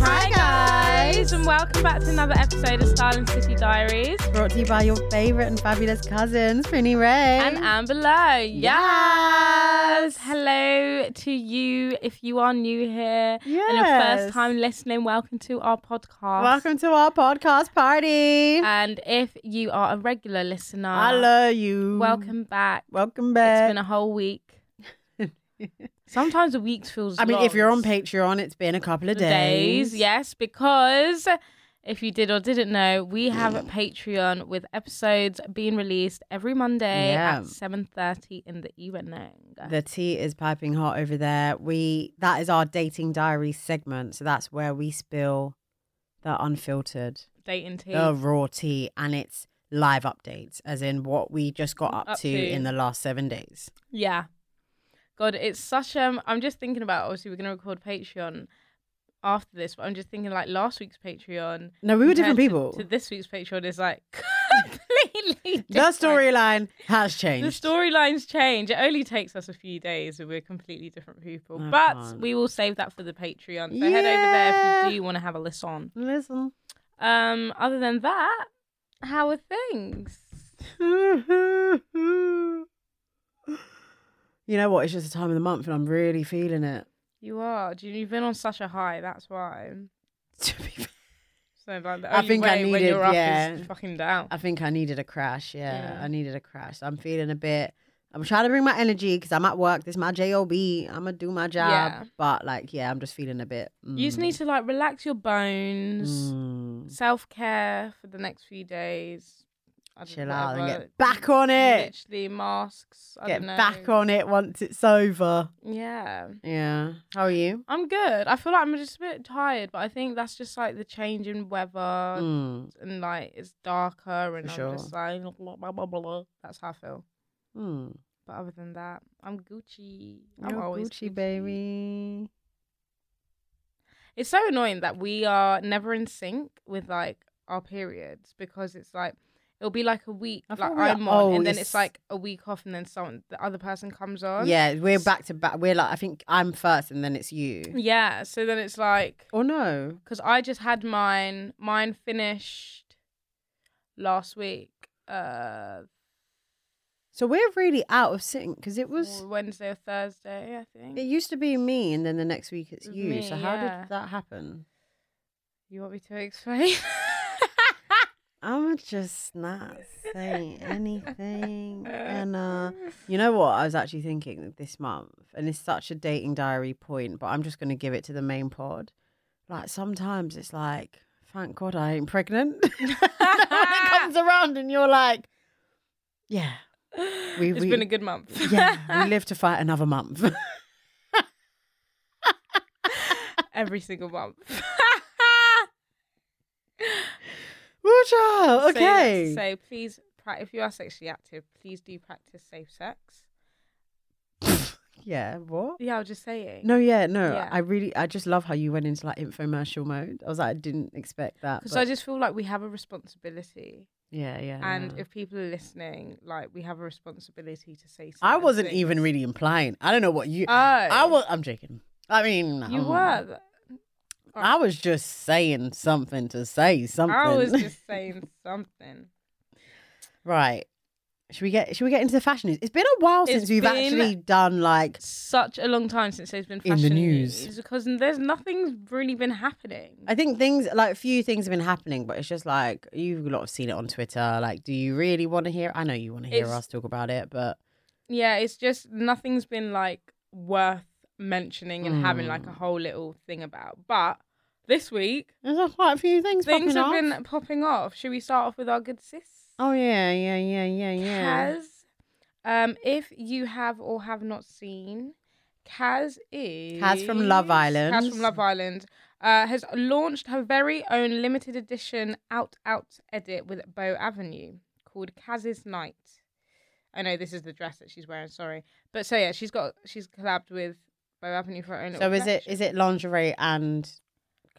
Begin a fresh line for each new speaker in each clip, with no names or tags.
Hi guys, and welcome back to another episode of Style and City Diaries.
Brought to you by your favourite and fabulous cousins, Finny Ray.
And Amber Lowe. Yes. Hello to you if you are new here and your first
Yes.
time listening. Welcome to our podcast.
Welcome to our podcast party.
And if you are a regular listener,
I love you.
welcome back.
Welcome
It's
back.
been a whole week. Sometimes a week feels
I mean, if
long.
you're on Patreon, it's been a couple of days.
days. Yes, because if you did or didn't know, we have a Patreon with episodes being released every Monday
Yeah.
at seven thirty in the evening.
The tea is piping hot over there. We that is our dating diary segment. So that's where we spill the unfiltered,
Dating tea.
the raw tea, and it's live updates, as in what we just got up,
Up
to,
to.
in the last seven days.
Yeah. God, it's such um I'm just thinking about obviously we're gonna record Patreon after this, but I'm just thinking like last week's Patreon.
No, we were
compared
different
to-
people.
To, this week's Patreon is like completely
the
different.
storyline has changed.
The storylines change. It only takes us a few days and we're completely different people.
I
but
can't.
we will save that for the Patreon. So head over there if you do want to have a listen.
Listen.
Um, other than that, how are things?
you know what? It's just the time of the month, and I'm really feeling it.
You are. Do you- You've been on such a high, that's why.
To be fair,
So like the
I
only
think I
way when
needed-
you're up
yeah.
is fucking down.
I think I needed a crash. Yeah,
Yeah.
I needed a crash. I'm feeling a bit. I'm trying to bring my energy because I'm at work. This is my job. I'm gonna do my job,
Yeah.
but like, yeah, I'm just feeling a bit.
You just need to like relax your bones,
mm,
self care for the next few days. I don't-
chill out and
whatever.
get back on it.
Literally masks. I
Get
don't know.
back on it once it's over.
Yeah.
Yeah. How are you?
I'm good. I feel like I'm just a bit tired, but I think that's just like the change in weather
Mm.
and like it's darker and
sure.
I'm just like blah, blah blah blah blah. That's how I feel.
Mm.
But other than that, I'm Gucci. I'm
You're
always
Gucci, baby.
It's so annoying that we are never in sync with like our periods because it's like it'll be like a week
I
like
thought we were-
I'm on
oh,
and then
it's-
it's like a week off and then someone the other person comes on.
Yeah, we're back to back. We're like, I think I'm first and then it's you.
Yeah. So then it's like
Or Oh, no.
because I just had mine. Mine finished last week. Uh,
So we're really out of sync because it was,
Wednesday or Thursday, I think.
it used to be me and then the next week it's
Mm. It was
you.
me,
so how
yeah.
did that happen?
You want me to explain?
I'm just not saying anything. And uh, you know what? I was actually thinking this month, and it's such a dating diary point, but I'm just going to give it to the main pod. Like sometimes it's like, thank God I ain't pregnant. when it comes around and you're like, yeah, we-
It's
we-
been a good month.
yeah, we live to fight another month.
every single month.
Woo child.
So, yeah,
Oh, Okay.
So, please, pra- if you are sexually active, please do practice safe sex.
yeah. What?
Yeah, I was just saying.
No, yeah, no.
Yeah.
I really, I just love how you went into like infomercial mode. I was like, I didn't expect that.
because
but-
I just feel like we have a responsibility.
yeah, yeah.
And
yeah.
if people are listening, like we have a responsibility to say.
I
certain
wasn't
things.
even really implying. I don't know what you.
Oh,
I was. I'm joking. I mean,
You
um,
were. th-
I was just saying something to say something.
I was just saying something.
right. Should we get? Should we get into the fashion news? It's been a while
It's
since we've
been
actually done like.
Such a long time since there's been
In
fashion
the news.
because there's nothing's really been happening.
I think things like a few things have been happening, but it's just like you lot have seen it on Twitter. Like, do you really want to hear? I know you want to hear
It's-
us talk about it, but
yeah, it's just nothing's been like worth mentioning and having like a
Mm.
whole little thing about. But this week
there's quite a few things.
things have
popping off.
been popping off. Should we start off with our good sis?
Oh yeah, yeah, yeah, yeah, yeah.
Kaz, um, if you have or have not seen, Kaz is
from Love
Kaz
Island.
from Love Island uh, has launched her very own limited edition out out edit with Bow Avenue called Kaz's Night. I know this is the dress that she's wearing. Sorry, but so yeah, she's got she's collabed with Bow Avenue for her own.
So
little
is it
collection.
is it lingerie and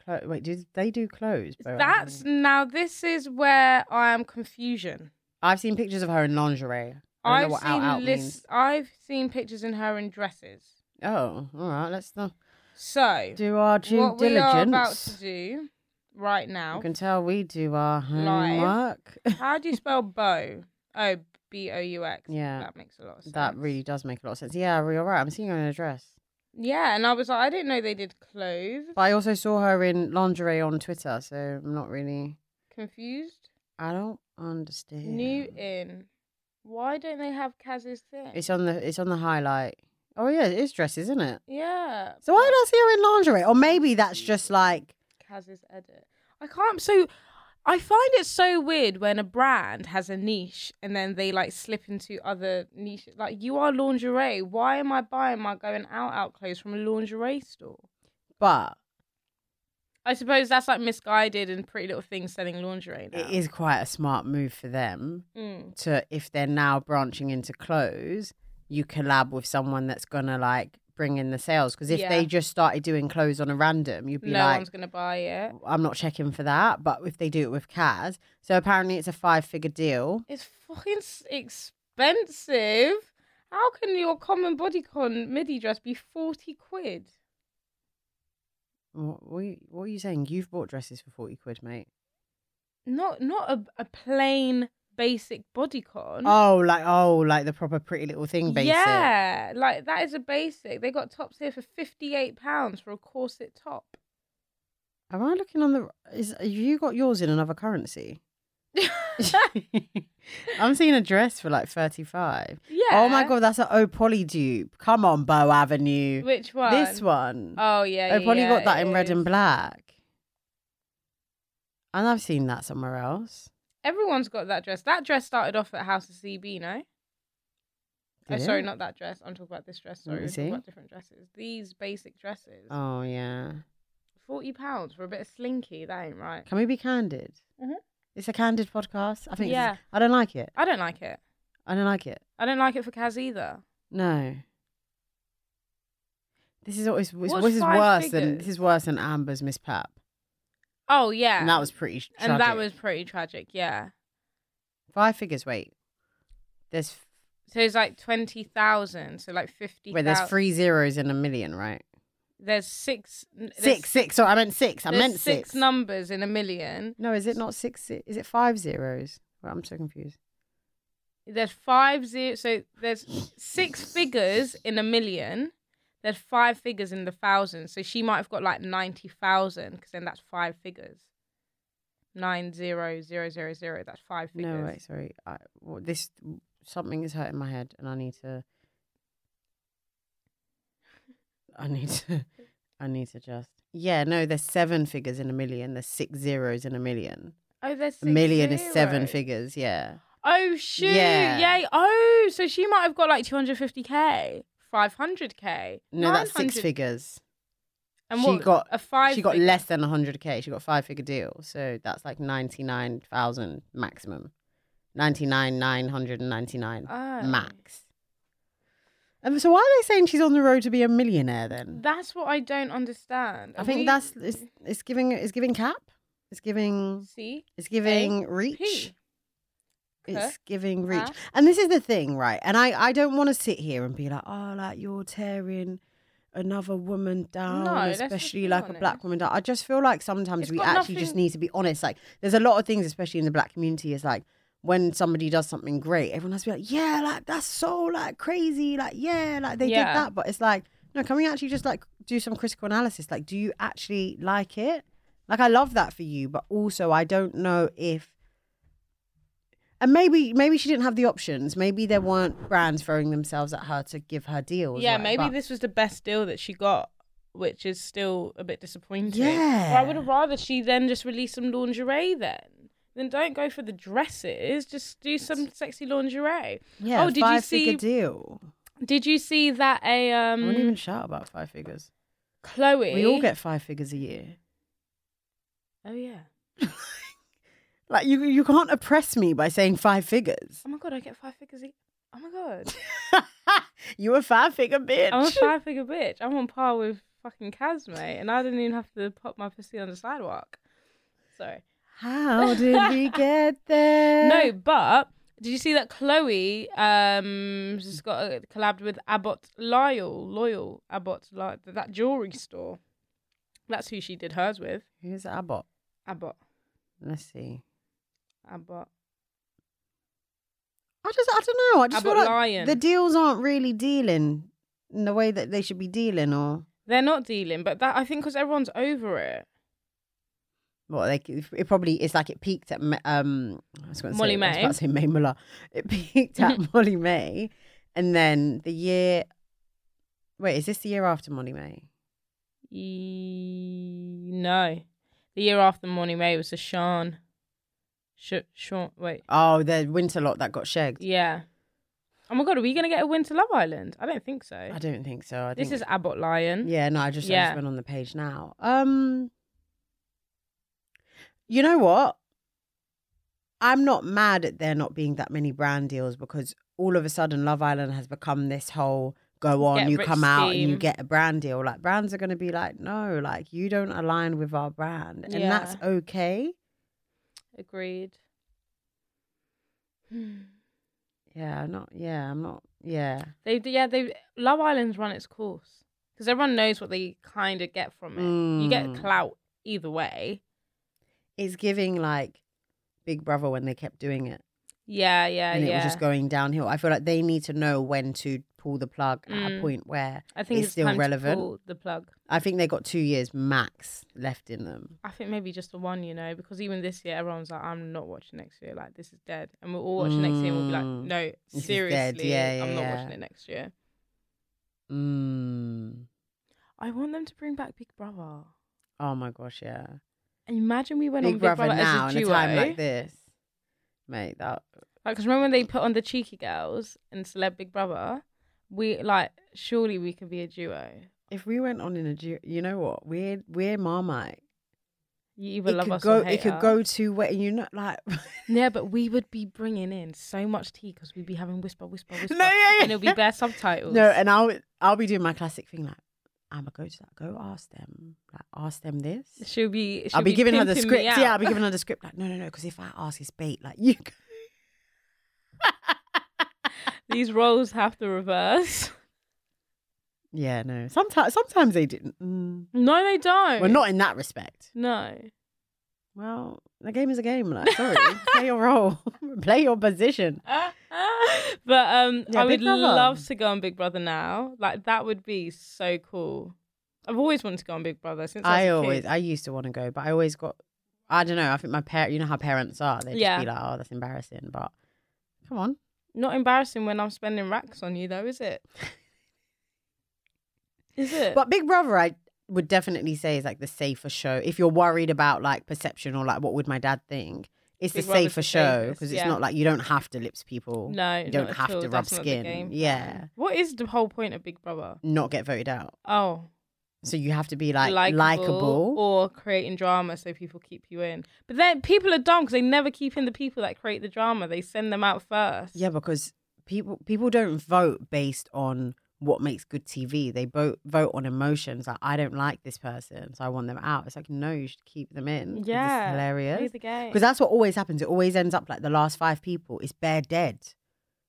clo- wait? Do they do clothes? Bowen?
That's now. This is where I am confusion.
I've seen pictures of her in lingerie. I
I've
don't know what out
seen
out
lis-
means.
I've seen pictures in her in dresses.
Oh, all right. Let's not
So
do our due
what
diligence.
we are about to do right now.
You can tell we do our
Live.
homework.
How do you spell bow? Oh, B O U X.
Yeah.
that makes a lot of sense.
that really does make a lot of sense. Yeah, you're right. I'm seeing her in a dress,
Yeah, and I was like, I didn't know they did clove.
but I also saw her in lingerie on Twitter, so I'm not really.
Confused.
I don't understand.
New in. Why don't they have Kaz's thing?
It's on the it's on the highlight. Oh yeah, it is dress, isn't it?
yeah.
So why did I see her in lingerie? Or maybe that's just like
Kaz's edit. I can't. So I find it so weird when a brand has a niche and then they like slip into other niches. Like you are lingerie. Why am I buying my going out out clothes from a lingerie store?
but
I suppose that's like misguided and Pretty Little Things selling lingerie now.
it is quite a smart move for them
Mm.
to if they're now branching into clothes, you collab with someone that's gonna like bring in the sales. Because if
Yeah.
they just started doing clothes on a random, you'd be
No
like,
one's gonna buy it.
I'm not checking for that. But if they do it with Kaz, so apparently it's a five figure deal.
It's fucking s- expensive. How can your common bodycon midi dress be forty quid?
What, what, are you, what are you saying? You've bought dresses for forty quid, mate.
Not not a, a plain basic bodycon.
Oh, like oh, like the proper pretty little thing basic.
Mm. Yeah, like that is a basic. They got tops here for fifty-eight pounds for a corset top.
Am I looking on the? Is have you got yours in another currency? I'm seeing a dress for like thirty five.
Yeah.
Oh my god, that's an Opoly dupe. Come on, Bow Avenue.
Which one?
This one.
Oh yeah.
Opoly
yeah,
got that
it
in red
is.
and black. And I've seen that somewhere else.
Everyone's got that dress. That dress started off at House of CB, no? Oh,
Did
sorry,
it?
not that dress. I'm talking about this dress. Sorry,
Let me
we're talking
Mm, see.
about different dresses. These basic dresses.
Oh yeah.
Forty pounds for a bit of slinky. That ain't right.
Can we be candid?
Mhm.
It's a candid podcast. I think.
Yeah.
Yeah. I don't like it.
I don't like it.
I don't like it.
I don't like it for Kaz either.
No. This is always this
What's
is
five
worse than
figures?
this is worse than Amber's Miss Pap.
Oh yeah.
And that was pretty sh- tragic.
and that was pretty tragic. Yeah.
five figures. Wait, there's f-
So it's like twenty thousand. So like fifty.
wait, there's three zeros in a million, right?
There's six. n- there's-
six, six. Sorry, I meant six. I
there's
meant six.
six numbers in a million.
no, is it not six? ze- Is it five zeros? Well, I'm so confused.
There's five zero. So there's six figures in a million. There's five figures in the thousand. So she might have got like ninety thousand because then that's five figures. Nine zero zero zero zero. That's five figures.
No, wait, sorry. I, well, this something is hurting my head, and I need to. I need to. I need to just. Yeah, no, there's seven figures in a million. There's six zeros in a million.
Oh, there's
a million is seven
zeros.
figures. Yeah.
Oh shoot!
Yeah.
Yay! Oh, so she might have got like two hundred fifty k, five hundred k.
No, that's six figures.
And
She
what,
got-
a five.
she got
figure-
less than 100k she got five figure deal so that's like 99000 maximum 99999
Oh.
max and so why are they saying she's on the road to be a millionaire then
That's what I don't understand.
i
Are
think
we-
that's it's, it's giving it's giving cap it's giving
see
it's giving reach
P.
it's giving reach
Huh?
and this is the thing right and i i don't want to sit here and be like oh like you're tearing another woman down
No, let's just
especially
be
like a black
honest.
woman down i just feel like sometimes
It's
we
got
actually just
nothing-
need to be honest like there's a lot of things especially in the black community is like when somebody does something great everyone has to be like yeah like that's so like crazy like yeah like they
Yeah.
did that but it's like no can we actually just like do some critical analysis like do you actually like it like I love that for you, but also I don't know if and maybe maybe she didn't have the options. Maybe there weren't brands throwing themselves at her to give her deals.
Yeah,
right?
maybe
But-
this was the best deal that she got, which is still a bit disappointing. Or I
Yeah.
would have rather she then just released some lingerie then. then don't go for the dresses. Just do some sexy lingerie.
Yeah,
Oh, did you
five figure
see-
deal.
Did you see that a
I
um
wouldn't even shout about five figures.
Chloe?
We all get five figures a year.
Oh yeah.
Like you, you can't oppress me by saying five figures.
Oh my god, I get five figures. A- oh my god,
you a five figure bitch.
I'm a five figure bitch. I'm on par with fucking Kaz, mate, and I didn't even have to pop my pussy on the sidewalk. Sorry.
How did we get there?
No, but did you see that Chloe um has got a collab with Abbott Lyle, Loyal Abbott Lyle, that jewelry store. That's who she did hers with.
Who's Abbott?
Abbott,
Let's see.
Abbott,
I just, I don't know. I just
Abbott
feel like
Lion.
the deals aren't really dealing in the way that they should be dealing, or
They're not dealing, but that I think because everyone's over it.
well, they it probably it's like it peaked at Ma- um I was going to say
Molly
I was
May.
about to say May Muller. It peaked at Molly May, and then the year. Wait, is this the year after Molly May?
E- no, the year after Morning May was the Sean. Sh- Sean, wait,
Oh, the winter lot that got shagged.
yeah. Oh my god, are we gonna get a win to Love Island? I don't think so.
I don't think so. I
this
think-
is Abbott Lion.
Yeah, no, I just,
Mm-hmm.
I
Yeah.
just went on the page now. Um, you know what? I'm not mad at there not being that many brand deals because all of a sudden Love Island has become this whole go on,
Get
you
rich
come out and you
scheme.
get a brand deal. Like brands are going to be like, no, like you don't align with our brand, and that's
Yeah.
okay.
Agreed. Hmm.
Yeah, I'm not. Yeah, I'm not. Yeah,
They, yeah, they Love Island's run its course because everyone knows what they kind of get from it. You get
Mm.
clout either way.
it's giving like Big Brother when they kept doing it.
Yeah, yeah,
and
yeah.
it was just going downhill. I feel like they need to know when to pull the plug at a
Mm.
point where
I think
it's
it's,
still
time to
relevant.
pull the plug.
I think they got two years max left in them.
I think maybe just the one, you know, because even this year everyone's like, I'm not watching next year. Like this is dead, and we'll all watch next year. and We'll be like,
Mm.
no,
is
seriously,
dead. Yeah,
I'm
yeah,
not
yeah.
watching it next year.
Mm.
I want them to bring back Big Brother.
Oh my gosh, yeah.
And imagine we went on Big
Big Brother,
Brother,
now
as
in
a
a
duo.
time like this, mate. That
Like, cause remember when they put on the cheeky girls and celeb Big Brother, we like surely we could be a duo.
if we went on in a duo, you know what? We're we're Marmite.
You either
It
love
could
us
go.
or hate
It could
us.
go two way. You know, like
Yeah, but we would be bringing in so much tea because we'd be having whisper, whisper, whisper,
yeah,
and it'll be bare subtitles.
No, and I'll I'll be doing my classic thing like I'm gonna go to that. Go ask them. Like ask them this.
she'll be. She'll
I'll be, giving her the
pimping me
script. Yeah, I'll
out.
be giving her the script. Like, no, no, no, because if I ask, it's bait. Like, you.
These roles have to reverse.
yeah, no. Sometimes, sometimes they didn't. Mm.
No, they don't.
Well, not in that respect.
No.
Well, the game is a game. Like, sorry, play your role, play your position.
but um,
Yeah,
I
Big
would
Brother.
love to go on Big Brother now. Like that would be so cool. I've always wanted to go on Big Brother since I, was
I
a
always,
kid.
I used to want to go, but I always got. I don't know. I think my parent. You know how parents are. They just
Yeah.
be like, "Oh, that's embarrassing," but come on.
Not embarrassing when I'm spending racks on you, though, is it? is it?
But Big Brother, I would definitely say is like the safer show. If you're worried about like perception or like what would my dad think, it's
Big
the
Brother's
safer
the
show
safest,
because it's
yeah.
not like you don't have to lips people,
no,
you don't
not at
have
all.
to rub
That's not the
skin.
game plan.
Yeah.
What is the whole point of Big Brother?
not get voted out.
Oh,
So you have to be like
likeable
likable.
or creating drama so people keep you in. But then people are dumb because they never keep in the people that create the drama. They send them out first.
Yeah, because people people don't vote based on what makes good TV. They vote vote on emotions. Like I don't like this person, so I want them out. It's like no, you should keep them in. It's
Yeah. Play
hilarious.
the game.
Because that's what always happens. It always ends up like the last five people is bare dead.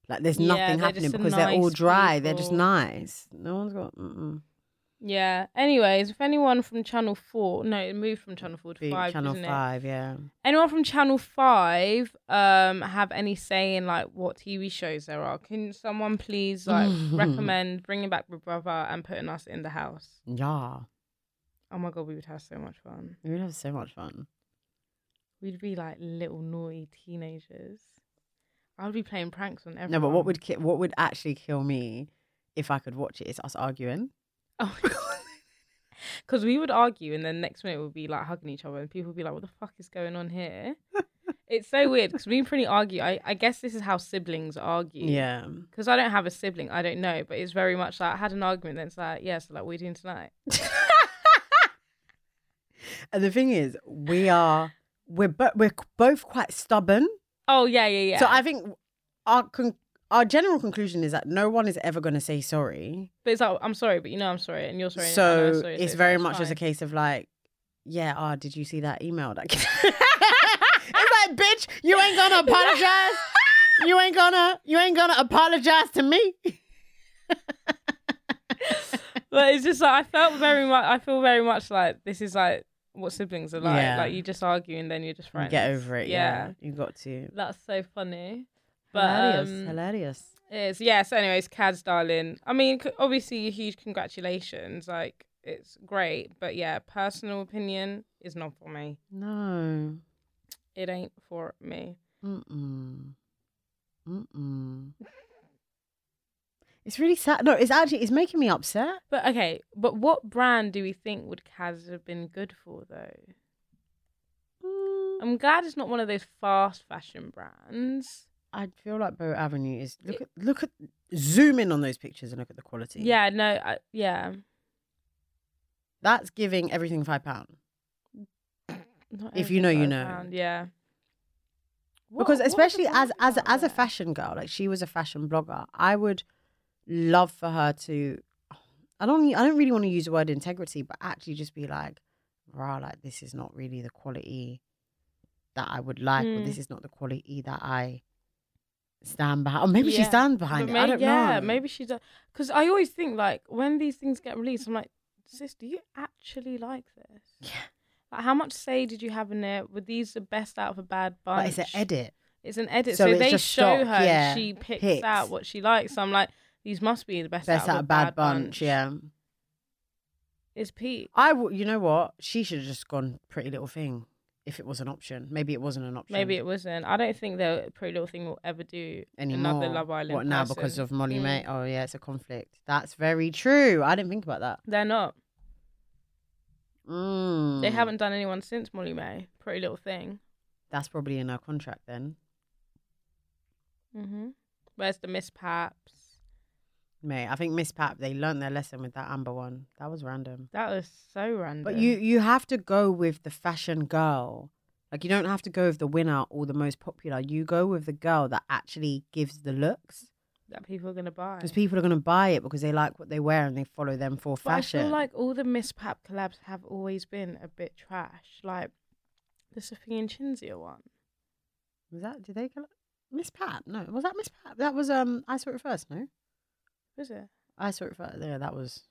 Like there's
Yeah,
nothing
they're
happening
just the
because they're all
nice
dry. They're just
people.
nice. No one's got mm-mm.
Yeah. Anyways, if anyone from Channel Four, no, it moved from Channel Four to
Big
Five,
Channel
isn't it?
Five. Yeah,
Anyone from Channel Five um have any say in like what TV shows there are? Can someone please like recommend bringing back Big Brother and putting us in the house?
yeah.
Oh my god, we would have so much fun.
We would have so much fun.
We'd be like little naughty teenagers. I'd be playing pranks on everyone.
No, but what would ki- what would actually kill me if I could watch it is us arguing.
Oh Because we would argue, and then next minute we'd be like hugging each other, and people would be like, "What the fuck is going on here?" It's so weird because me and Prinny argue. I, I guess this is how siblings argue.
Yeah.
Because I don't have a sibling, I don't know, but it's very much like I had an argument, then it's like, yeah, so like, what are you doing tonight?
And the thing is, we are we're bo- we're both quite stubborn.
Oh, yeah, yeah, yeah.
So I think our con- our general conclusion is that no one is ever going to say sorry.
but it's like, I'm sorry, but you know I'm sorry, and you're sorry. and I know
so
I'm sorry,
it's very much
fine.
as a case of like, yeah, ah, did you see that email? That it's like, bitch, you ain't gonna apologize. you ain't gonna you ain't gonna apologize to me.
But it's just like, I felt very much, I feel very much like this is like what siblings are like.
Yeah.
Like, you just argue and then you're just friends.
Get over it. Yeah. you got to.
That's so funny. But
Hilarious.
um,
hilarious.
It's yeah. So, anyways, Cads, darling. I mean, c- obviously, a huge congratulations. Like, it's great, but yeah, personal opinion is not for me.
No.
It ain't for me.
Mm-mm. Mm-mm. It's really sad. No, it's actually it's making me upset.
But okay, but what brand do we think would Cads have been good for though?
Mm. Um,
I'm glad it's not one of those fast fashion brands.
I feel like Bow Avenue is look at look at zoom in on those pictures and look at the quality.
Yeah, no, I, yeah,
That's giving everything five pound.
not
If you know,
everything
you
that I
know.
found, yeah. What-
Because
what are the
especially as
brands
as
out
as a
there?
fashion girl, like she was a fashion blogger, I would love for her to I don't I don't really want to use the word integrity, but actually just be like, rah, like this is not really the quality that I would like, or
Mm.
this is not the quality that I stand behind. Or maybe she
Yeah.
stands behind
But
it.
may-
I don't know.
yeah, maybe she does. Because I always think like when these things get released, I'm like, sis, do you actually like this?
Yeah.
Like, how much say did you have in it? Were these the best out of a bad bunch?
but it's an edit.
It's an edit.
So
So,
it's
they show
just stock,
her.
yeah,
and She picks,
picks.
out what she likes. So I'm like, these must be the best,
Best
out of a bad,
bunch. Yeah.
It's Pete.
I w- you know what? She should have just gone pretty little thing if it was an option. Maybe it wasn't an option.
Maybe it wasn't. I don't think the Pretty Little Thing will ever do
anymore.
another Love Island.
What now
person.
because of Molly
Mm.
May? Oh yeah, it's a conflict. That's very true. I didn't think about that.
They're not.
Mm.
They haven't done anyone since Molly May. Pretty Little Thing.
That's probably in our contract then.
Mm-hmm. Where's the Miss Paps?
Mate, I think Miss Pap they learned their lesson with that Amber one. That was random.
That was so random.
But you you have to go with the fashion girl. Like you don't have to go with the winner or the most popular. You go with the girl that actually gives the looks
that people are gonna buy.
because people are going to buy it because they like what they wear and they follow them for
But I
fashion.
feel like all the Miss Pap collabs have always been a bit trash. Like the Sophie and Chinzia one.
was that did they call it Miss Pat? No, was that Miss Pat? That was um I saw it first. No,
Was it?
I saw it first. Yeah, that was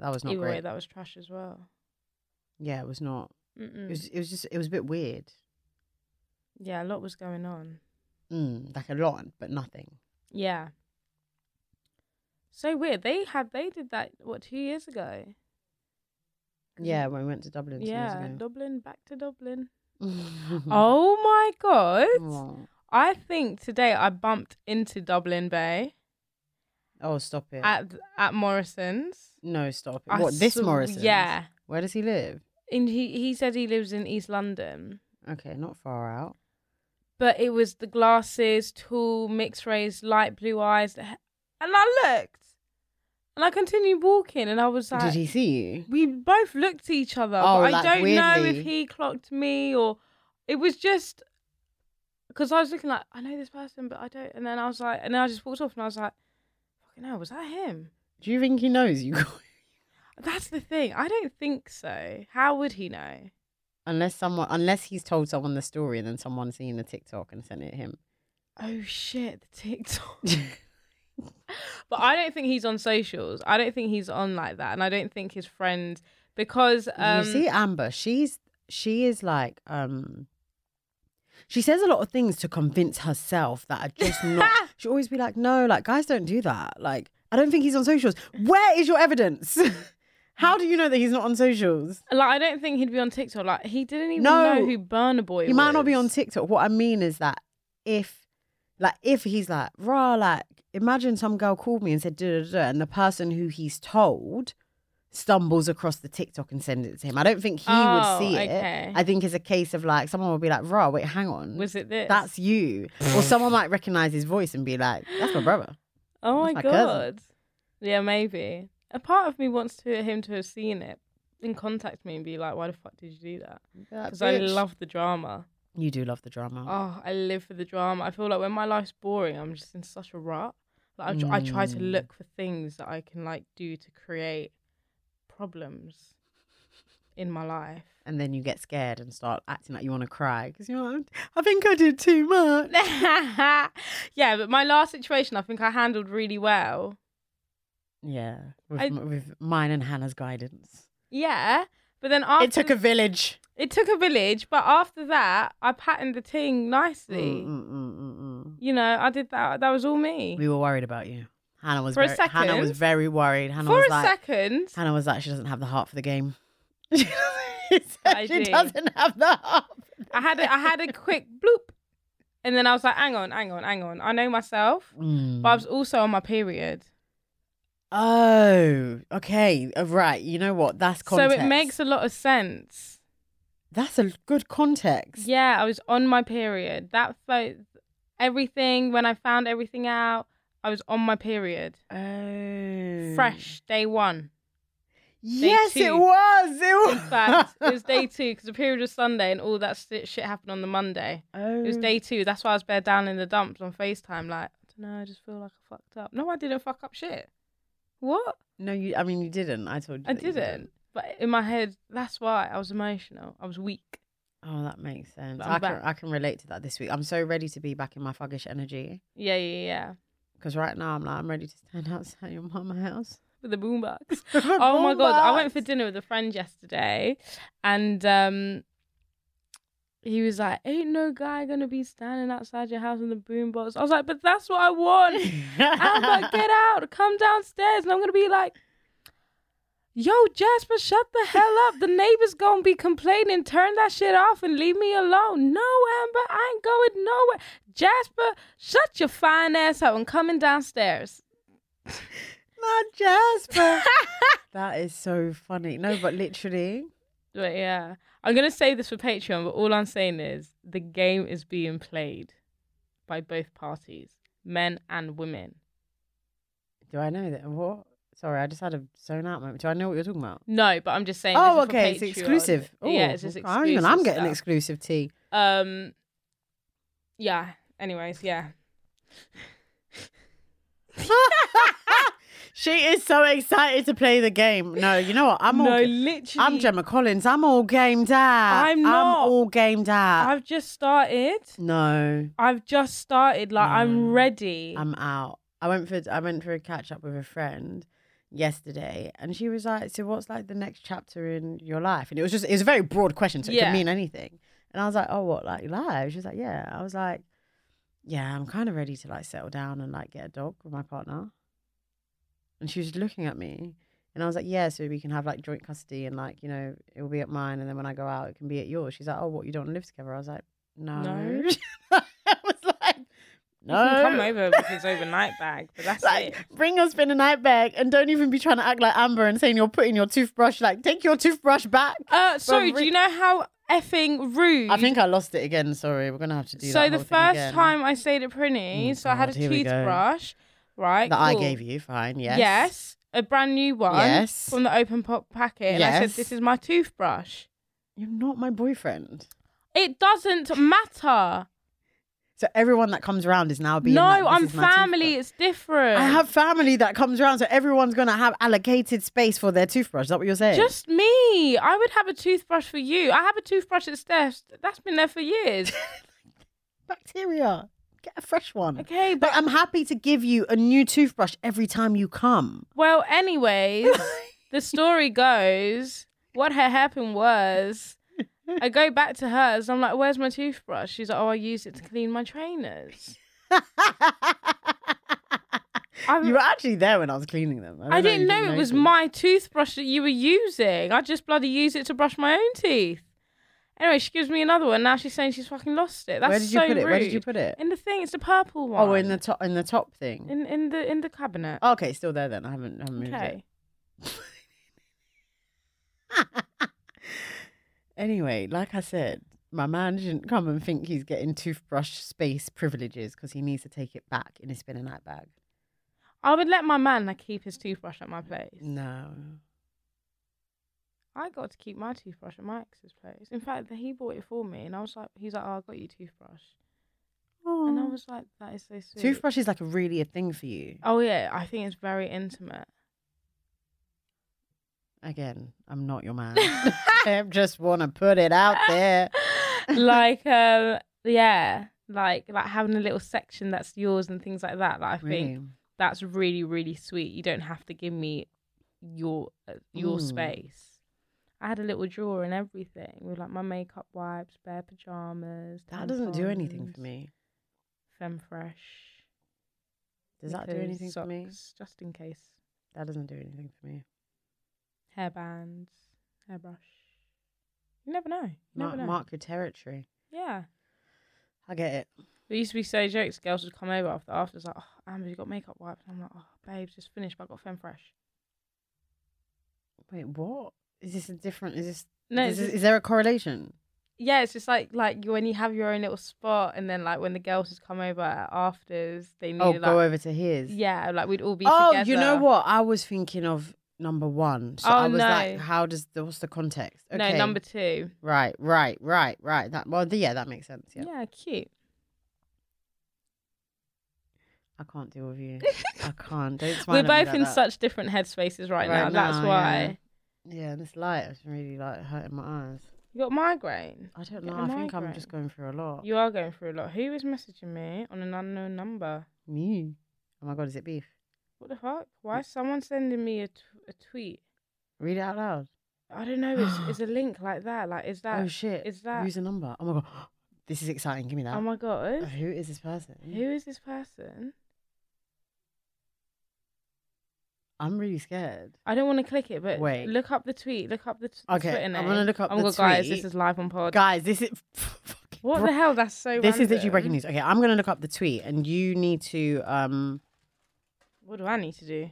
that was not
Either way,
great.
that was trash as well.
Yeah, it was not. It
Mm-mm.
was it was just it was a bit weird.
Yeah, a lot was going on.
Mm, like a lot, but nothing.
Yeah. So weird. They had they did that what two years ago. 'Cause
Yeah,
we-
when we went to Dublin. two years
Mm. Yeah.
ago.
Dublin back to Dublin.
oh.
oh my god. I think today I bumped into Dublin Bay
Oh, stop it!
at at Morrison's.
no, stop it!
I
What this
sw-
Morrison?
Yeah.
Where does he live?
And he, he said he lives in East London.
Okay, not far out.
But it was the glasses, tall, mixed race, light blue eyes. the he- And I looked. And I continued walking and I was like,
Did he see you?
we both looked at each other.
Oh,
but I
like
don't know
weirdly.
if he clocked me or it was just because I was looking like, I know this person, but I don't. And then I was like, and then I just walked off and I was like, fucking hell, was that him?
Do you think he knows you?
That's the thing. I don't think so. How would he know?
unless someone, unless he's told someone the story and then someone seen the TikTok and sent it to him.
Oh shit, the TikTok. But I don't think he's on socials. I don't think he's on like that, and I don't think his friends because um,
you see amber she's she is like um she says a lot of things to convince herself that are just not she'll always be like no like guys don't do that like i don't think he's on socials where is your evidence how do you know that he's not on socials
like I don't think he'd be on TikTok. Like he didn't even
No.
know who Burner Boy.
he might not be on
was.
tiktok what i mean is that if like if he's like rah like imagine some girl called me and said da da da and the person who he's told stumbles across the TikTok and sends it to him. I don't think he
oh,
would see it.
okay.
I think it's a case of like someone will be like, "Raw, wait, hang on,
Was it this?
that's you," or someone might recognize his voice and be like, "That's my brother."
Oh my,
That's my
god.
cousin.
Yeah, maybe. A part of me wants to him to have seen it and contact me and be like, "Why the fuck did you do that?"
That
Because I
bitch.
love the drama.
You do love the drama.
Oh, I live for the drama. I feel like when my life's boring, I'm just in such a rut. Like I, tr- I try to
Mm.
look for things that I can like do to create problems in my life.
And then you get scared and start acting like you want to cry because you're like, I think I did too much.
yeah, but my last situation, I think I handled really well.
Yeah, with,
I-
m- with mine and Hannah's guidance.
Yeah, but then after
It took a village.
it took a village, but after that, I patterned the ting nicely.
Mm, mm, mm, mm, mm.
You know, I did that. That was all me.
We were worried about you. Hannah was
For a
very, Hannah was
second.
very worried. Hannah
For
was
a
like,
second,
Hannah was like, she doesn't have the heart for the game. she said
I
she
do.
doesn't have the heart.
I had a, I had a quick bloop, and then I was like, "Hang on, hang on, hang on." I know myself,
Mm.
but I was also on my period,
Oh, okay, uh, right. You know what? That's context.
so it makes a lot of sense.
that's a good context.
Yeah, I was on my period. That photo, everything when I found everything out, I was on my period,
Oh,
fresh day one.
Yes, it
two.
was. It was.
In fact, it was day two because the period was Sunday, and all that shit shit happened on the Monday.
Oh.
It was day two. That's why I was bare down in the dumps on FaceTime. Like, I don't know, I just feel like I fucked up. No, I didn't fuck up shit. What?
No, you. I mean, you didn't. I told you.
I
that you
didn't. But in my head, that's why I was emotional. I was weak.
Oh, that makes sense.
But I'm
I can,
back.
I can relate to that this week. I'm so ready to be back in my fuggish energy
Yeah, yeah, yeah.
because right now I'm like, I'm ready to stand outside your mama's house.
With the boombox. oh my god, I went for dinner with a friend yesterday, and um, he was like, "Ain't no guy gonna be standing outside your house in the boombox." I was like, "But that's what I want." Amber, get out. Come downstairs. And I'm going to be like, yo, Jasper, shut the hell up. The neighbor's going to be complaining. Turn that shit off and leave me alone. No, Amber, I ain't going nowhere. Jasper, shut your fine ass up and coming downstairs.
Not Jasper. that is so funny. No, but literally,
But yeah, I'm going to say this for Patreon, but all I'm saying is the game is being played by both parties, men and women.
do I know that? What? Sorry, I just had a zone out moment. Do I know what you're talking about?
No, but I'm just saying. this is
oh,
for
okay. It's
Patreon.
exclusive. Oh,
yeah, it's just
okay.
exclusive.
Even I'm getting
stuff.
exclusive tea.
Um. Yeah. Anyways, yeah.
she is so excited to play the game. No, you know what? I'm all.
no,
ga-
literally.
I'm Gemma Collins. I'm all gamed out.
I'm not.
I'm all gamed out.
I've just started.
No,
I've just started. Like I'm
No.
ready.
Mm. I'm out. I went for I went for a catch up with a friend yesterday, and she was like, "So what's like the next chapter in your life?" And it was just it was a very broad question, so it
Yeah.
could mean anything. And I was like, "Oh, what like your life?" She was like, "Yeah." I was like, "Yeah, I'm kind of ready to like settle down and like get a dog with my partner." And she was looking at me, and I was like, "Yeah, so we can have like joint custody, and like you know it will be at mine, and then when I go out, it can be at yours." She's like, "Oh, what you don't want to live together?" I was like, "No."
No.
I was like.
You
No.
can come over with his overnight bag, but that's
Like,
it.
bring your spinner night bag and don't even be trying to act like Amber and saying you're putting your toothbrush, like, take your toothbrush back.
Uh, sorry. Do
re-
you know how effing rude?
I think I lost it again. Sorry, we're going to have to do
so
that.
the
whole thing
first
again.
time I stayed at Prinny,
Oh,
so I had a
God, here we go.
toothbrush, right?
that I
cool.
gave you, fine, yes.
Yes, a brand new one.
Yes.
From the open pop packet, and I said,
Yes.
"This is my toothbrush."
You're not my boyfriend.
It doesn't matter.
So everyone that comes around is now being.
no,
like, "This
I'm
is my
family.
toothbrush."
It's different.
I have family that comes around, so everyone's going to have allocated space for their toothbrush. Is that what you're saying?
just me. I would have a toothbrush for you. I have a toothbrush at Steph's. That's been there for years.
bacteria. Get a fresh one.
Okay,
But I'm happy to give you a new toothbrush every time you come.
Well, anyways, the story goes what had happened was I go back to hers. I'm like, "Where's my toothbrush?" She's like, "Oh, I use it to clean my trainers." I,
You were actually there when I was cleaning them.
Uh, I
don't if
didn't
you
know it was
noticed.
my toothbrush that you were using. I just bloody used it to brush my own teeth. Anyway, she gives me another one. Now she's saying she's fucking lost it. That's
Where did you
so
put it?
rude.
Where did you put it?
In the thing, it's the purple one.
Oh, in the top, in the Oh, top thing.
in in the in the cabinet.
Okay, still there then. I haven't, I haven't moved
okay.
anyway, like I said, my man shouldn't come and think he's getting toothbrush space privileges because he needs to take it back in his spinner night bag.
I would let my man like keep his toothbrush at my place.
No.
I got to keep my toothbrush at my ex's place. In fact, he bought it for me, and I was like, he's like, oh, I got you toothbrush, and I was like, that is so sweet.
Toothbrush is like a really a thing for you.
Oh yeah, I think it's very intimate.
Again, I'm not your man. I just want to put it out there.
like um yeah like like having a little section that's yours and things like that like i think
Really.
that's really really sweet you don't have to give me your uh, your
Mm.
space i had a little drawer and everything with like my makeup wipes bare pajamas
That doesn't do anything for
tampons,
me.
femme fresh
Does that do
knickers,
anything for me?
socks, just in case
That doesn't do anything for me.
hairbands hairbrush you never know you never
Mark,
know
mark your territory.
yeah
I get it.
There used to be so jokes. Girls would come over after after. It's like, oh, Amber, you got makeup wipes. And I'm like, oh, babes, just finished, but I got femme fresh.
Wait, what? Is this a different? Is this?
No,
is,
it's
this-
just,
is there a correlation?
yeah, it's just like like you- when you have your own little spot, and then like when the girls would come over at afters, they needed
Oh,
like
go over to his.
yeah, like we'd all be
oh,
together.
you know what? I was thinking of number one. So
Oh,
I was like,
no.
how does the, what's the context?
No, number two.
Right, right, right, right. That well, yeah, that makes sense. Yeah,
Yeah, cute.
I can't deal with you. I can't. Don't smile.
We're
at me
both
like
in
that.
such different headspaces right, now.
Right
That's
now,
why
yeah. Yeah, and this light is really like hurting my eyes.
you got migraine.
I
Get
don't know.
a
I think I'm
migraine.
just going through a lot.
You are going through a lot. Who is messaging me on an unknown number?
Me. Oh my god, is it beef?
What the fuck? Why is someone sending me a, t- a tweet?
Read it out loud.
I don't know. It's, it's a link like that. Like, is that?
oh shit.
is that-
Who's the number? Oh my god. This is exciting. Give me that.
oh my god,
Who is this person?
who is this person?
I'm really scared.
I don't want to click it, but
Wait.
look up the tweet. Look up the t-
Okay,
Twitter
I'm
name.
gonna look up
Oh
the
my god, guys, this
tweet.
is live on pod.
Guys, this is fucking
what
bro-
the hell? That's so.
This is literally
random.
breaking news. Okay, I'm gonna look up the tweet and you need to um
What do I need to do?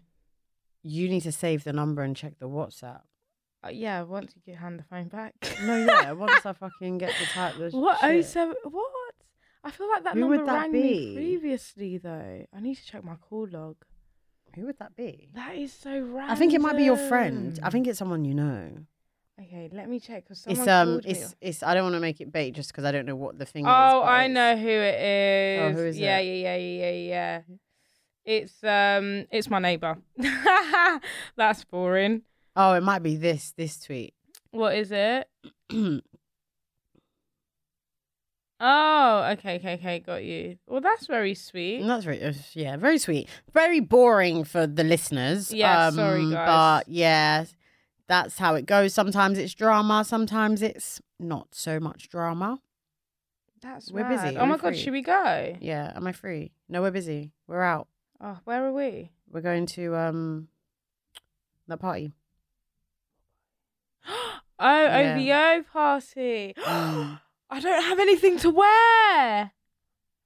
you need to save the number and check the WhatsApp.
Uh, yeah, once you get hand the phone back.
No, yeah, once I fucking get to type the
what? Oh
shit.
seven. What? I feel like that
Who would
number
that
rang
be?
me previously though. I need to check my call log.
Who would that be?
That is so random.
I think it might be your friend. I think it's someone you know.
Okay, let me check because
it's
someone
um,
called me
it's it's. I don't want to make it bait just because I don't know what the thing is.
Oh,
but
I
it's-
know who it
Oh,
is.
who is
yeah,
it?
yeah, yeah, yeah, yeah, yeah. It's um, it's my neighbour. That's boring.
Oh, it might be this this tweet.
What is it? Oh, okay, okay, okay, got you. Well, that's very sweet.
And That's very, uh, yeah, very sweet. Very boring for the listeners. Um,
Yeah, sorry, guys.
But yeah, that's how it goes. Sometimes it's drama, sometimes it's not so much drama.
That's
We're
mad.
busy,
Oh my
we're
god,
free.
should we go?
Yeah, am I free? No, we're busy. We're out.
Oh, where are we?
We're going to um that party.
oh,
Yeah.
OVO party.
Mm.
I don't have anything to wear.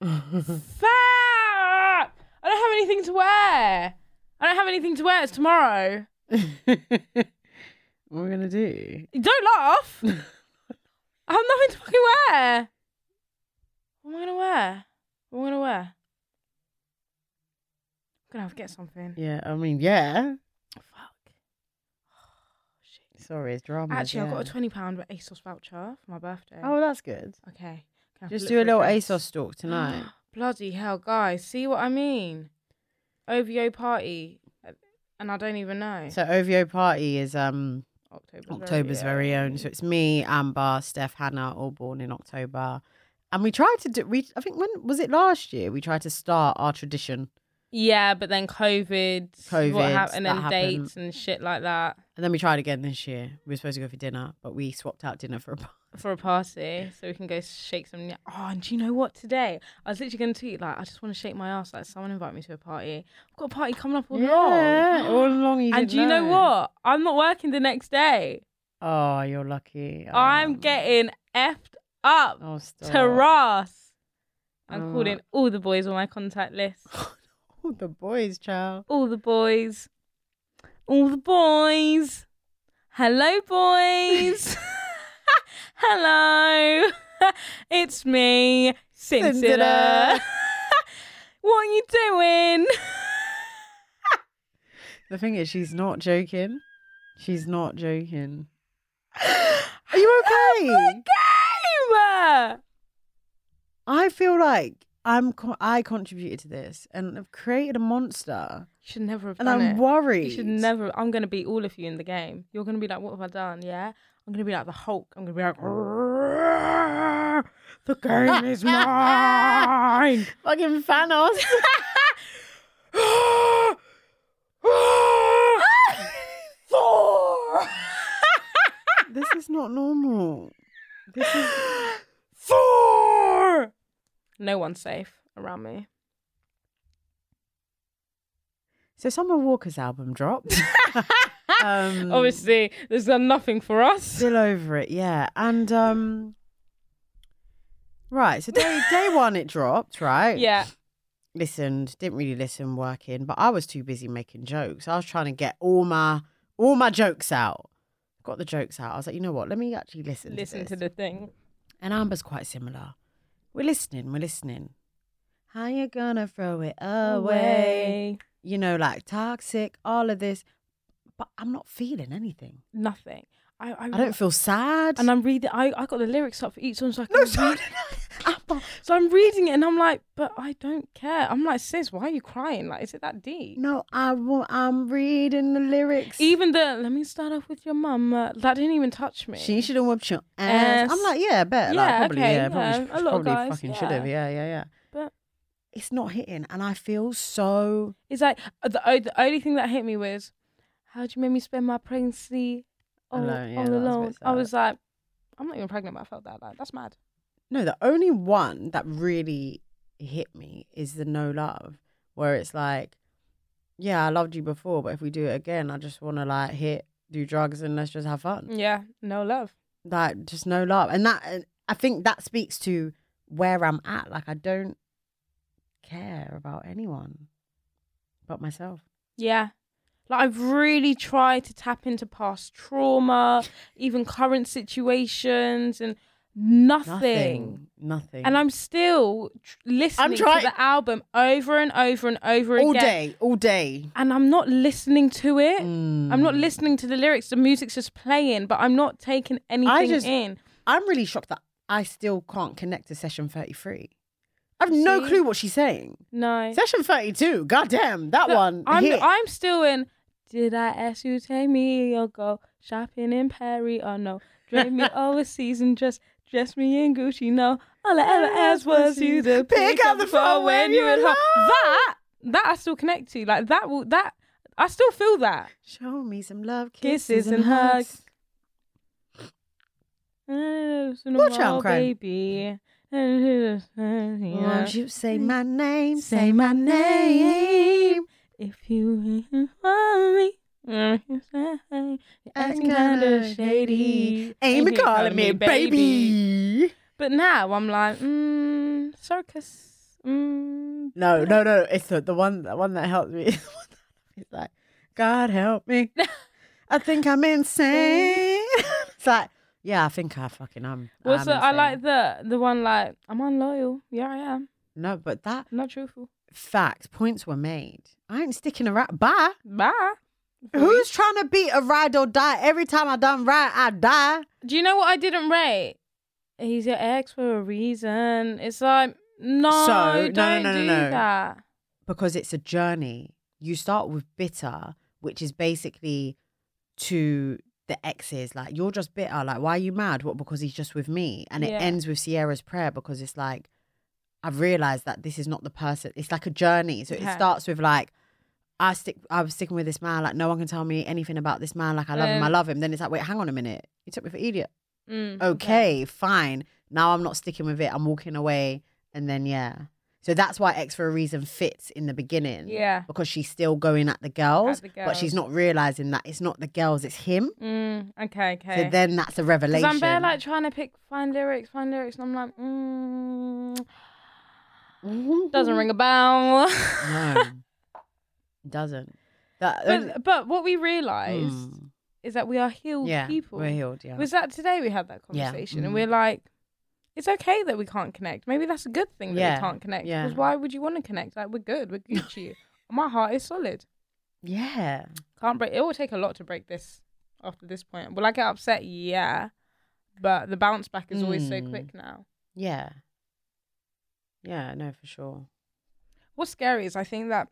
Fuck! I don't have anything to wear. I don't have anything to wear. It's tomorrow.
what are we gonna do?
Don't laugh. I have nothing to fucking wear. What am I gonna wear? What am I gonna wear? I'm gonna have to get something.
Yeah, I mean, yeah.
Fuck. Shit.
Sorry, it's drama.
Actually,
yeah.
I've got a twenty pound ASOS voucher for my birthday.
Oh, that's good.
okay. Gonna have to
Just
look
do a
for
little
dress.
ASOS stalk tonight.
Bloody hell, guys! See what I mean? OVO party, uh, and I don't even know.
So OVO party is um
October's,
October's very own. So it's me, Amber, Steph, Hannah, all born in October. And we tried to do. We I think when was it last year? We tried to start our tradition,
Yeah, but then COVID, what
COVID,
hap- and
that
then
happened.
dates and shit like that
and then we tried again this year. We were supposed to go for dinner, but we swapped out dinner for a bar.
for a party, so we can go shake some. Oh, and do you know what? Today, I was literally going to tweet like, I just want to shake my ass. Like, someone invite me to a party. I've got a party coming up all
Yeah,
along.
all along. You
and
didn't
do you know what? I'm not working the next day.
Oh, you're lucky.
I'm
Oh.
getting effed up
Oh, stop.
to Ross. I'm
Oh.
calling all the boys on my contact list.
Oh, the boys, child.
All the boys. All the boys. Hello, boys. Hello. it's me, Cinderella.
Cinderella.
what are you doing?
The thing is, she's not joking. She's not joking. Are you okay?
Gamer.
I feel like I'm. Co- I contributed to this, and I've created a monster,
You should never have
and
done
I'm
it.
worried.
You should never. I'm gonna beat all of you in the game. You're gonna be like, what have I done? Yeah. I'm gonna be like the Hulk. I'm gonna be like, the game is mine.
fucking Thanos.
Thor.
this is not normal. This is.
Thor. No one's safe around me.
So Summer Walker's album dropped. um,
Obviously, there's done nothing for us.
still over it. Yeah, and um, right. So day day one it dropped. Right.
Yeah.
listened, didn't really listen working, but I was too busy making jokes. I was trying to get all my all my jokes out. Got the jokes out. I was like, you know what? Let me actually listen.
Listen
to,
to
this.
the thing.
And Amber's quite similar. We're listening. We're listening. How you gonna throw it away? You know, like toxic, all of this. But I'm not feeling anything.
Nothing. I, I,
I don't feel sad.
And I'm reading. I, I got the lyrics up for each song, so I can
no,
read-
sorry. Amber,
So I'm reading it, and I'm like, but I don't care. I'm like, sis, why are you crying? Like, is it that deep?
No, I wa- I'm reading the lyrics.
Even the let me start off with your mama. That didn't even touch me.
She should have whooped your ass.
Ass.
I'm like, yeah, I bet. like,
Yeah,
probably,
okay,
yeah, probably,
yeah. A lot of
probably
guys,
fucking should have. Yeah, yeah, yeah.
But-
it's not hitting, and I feel so.
It's like uh, the o- the only thing that hit me was, how'd you make me spend my pregnancy all
Alone, yeah,
all
that was a bit
alone? I
sad.
was like, I'm not even pregnant, but I felt that. Like, that's mad.
No, the only one that really hit me is the no love, where it's like, yeah, I loved you before, but if we do it again, I just want to like hit, do drugs, and let's just have fun.
Yeah, no love.
Like, just no love, and that and I think that speaks to where I'm at. Like, I don't care about anyone but myself.
Yeah. Like I've really tried to tap into past trauma, even current situations and nothing.
Nothing. Nothing.
And I'm still tr- listening
trying-
to the album over and over and over
all
again.
day, Mm. all day.
And I'm not listening to it. I'm not listening to the lyrics. The music's just playing, but I'm not taking anything
just-
in.
I'm really shocked that I still can't connect to session 33. I have no
See?
clue what she's saying.
No.
Session 32. Goddamn, that
Look,
one.
I'm
hit.
I'm still in. Did I ask you to take me or go shopping in Paris? Oh no, drag me overseas and just dress me in Gucci. No, all I ever asked was you to pick up the phone when you at home. That that I still connect to. Like that will that I still feel that.
Show me some love,
Kisses
kisses,
and
and,
hugs.
hugs.
Watch
out, I'm crying.
baby.
Won't you say my name?
Say
Mm. Say
my
my name.
If you want me, mm, you say you're acting kind of shady.
Ain't me calling me baby.
But now I'm like, mm, circus. Mm.
No, no, no. It's the, the one the one that helped me. it's like, God help me. I think I'm insane. it's like, yeah, I think I fucking am. I'm
Also, I
insane.
like the the one like I'm unloyal. Yeah, I am.
No, but that
I'm not truthful.
fact points were made. I ain't sticking around. Bye.
Bye.
Who's trying to beat a ride or die? Every time I done right, I die.
Do you know what I didn't rate? He's your ex for a reason. It's like no,
So, no, no,
don't
no, no,
do
no.
that.
Because it's a journey. You start with bitter, which is basically to the exes. Like, you're just bitter. Like, why are you mad? What? Because he's just with me. And it
Yeah.
ends with Sierra's prayer because it's like, I've realized that this is not the person. It's like a journey. So
Okay.
it starts with like, I stick. I was sticking with this man. Like no one can tell me anything about this man. Like I love him. I
Um,
love him. Then it's like, wait, hang on a minute. You took me for idiot.
Mm,
okay, fine. Now I'm not sticking with it. I'm walking away. And then, yeah. So that's why X for a Reason fits in the beginning.
Yeah.
Because she's still going at the girls,
the
but she's
girls.
not realizing that it's not the girls, it's him.
Mm, okay. Okay.
So then that's a
Because
revelation.
I'm bare like trying to pick fine lyrics, fine lyrics, and I'm like, mm, doesn't
Mm.
ring a bell.
No. doesn't. That,
but but what we realised
Mm.
is that we are healed
yeah,
people.
we're healed. Yeah,
Was that today we had that
Yeah.
conversation
Mhm.
and we're like, it's okay that we can't connect. Maybe that's a good thing that
Yeah.
we can't connect.
Yeah.
Because why would you want to connect? Like we're good, we're Gucci. My heart is solid.
yeah.
Can't break. It will take a lot to break this. After this point, will I get upset? Yeah, but the bounce back is always so
Mm.
quick now.
Yeah. Yeah, no, for sure.
What's scary is I think that